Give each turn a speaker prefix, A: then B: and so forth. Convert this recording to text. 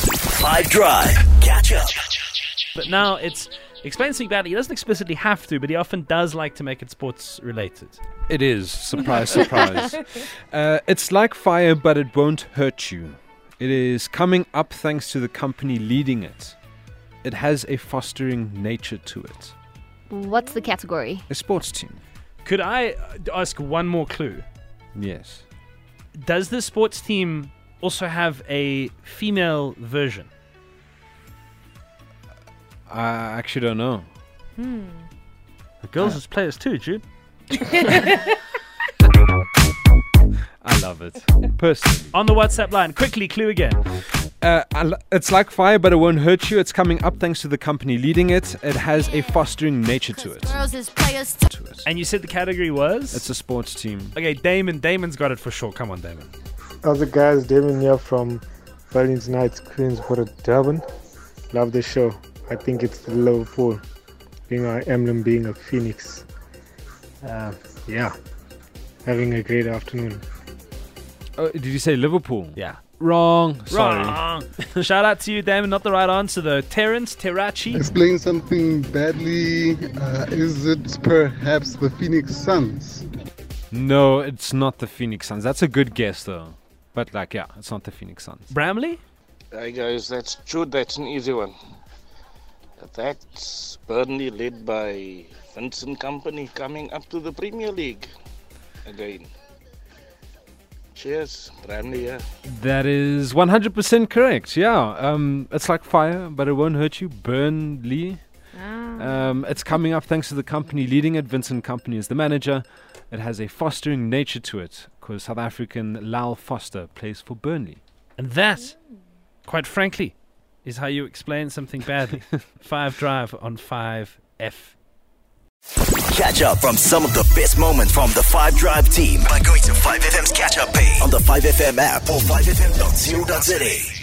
A: Five Drive. Catch up.
B: But now it's explains something about it. He doesn't explicitly have to, but he often does like to make it sports related.
C: It is. Surprise, surprise. Uh, it's like fire, but it won't hurt you. It is coming up thanks to the company leading it. It has a fostering nature to it.
D: What's the category?
C: A sports team.
B: Could I uh, ask one more clue?
C: Yes.
B: Does the sports team also have a female version?
C: I actually don't know.
B: The girls as players too, Jude.
C: I love it. Personally.
B: On the WhatsApp line, quickly clue again.
C: Uh, I l- it's like fire, but it won't hurt you. It's coming up thanks to the company leading it. It has a fostering nature to it.
E: Girls is players
C: To it.
B: And you said the category was.
C: It's a sports team.
B: okay, Damon. Damon's got it for sure. Come on, Damon.
F: Other guys, Damon here from Valentine's Night, Queenswater, Durban. Love the show. I think it's the level four, being our emblem, being a phoenix. Uh, yeah, having a great afternoon.
C: Oh, did you say Liverpool?
B: Yeah.
C: Wrong. Sorry.
B: Wrong. Shout out to you, Damon. Not the right answer though. Terrence Terrachi.
G: Explain something badly. Uh, is it perhaps the Phoenix Suns?
C: No, it's not the Phoenix Suns. That's a good guess though. But like, yeah, it's not the Phoenix Suns.
B: Bramley.
H: Hey guys, that's true. That's an easy one. That's Burnley led by Vincent Company coming up to the Premier League again. Cheers, Bramley. Yeah.
C: That is 100% correct. Yeah. Um, it's like fire, but it won't hurt you. Burn Lee. Um, it's coming up thanks to the company leading it. Vincent Company is the manager. It has a fostering nature to it because South African Lal Foster plays for Burnley.
B: And that, quite frankly, is how you explain something badly. five drive on five F.
A: Catch up from some of the best moments from the Five Drive team by going to 5FM's catch up page on the 5FM app or 5FM.co.za.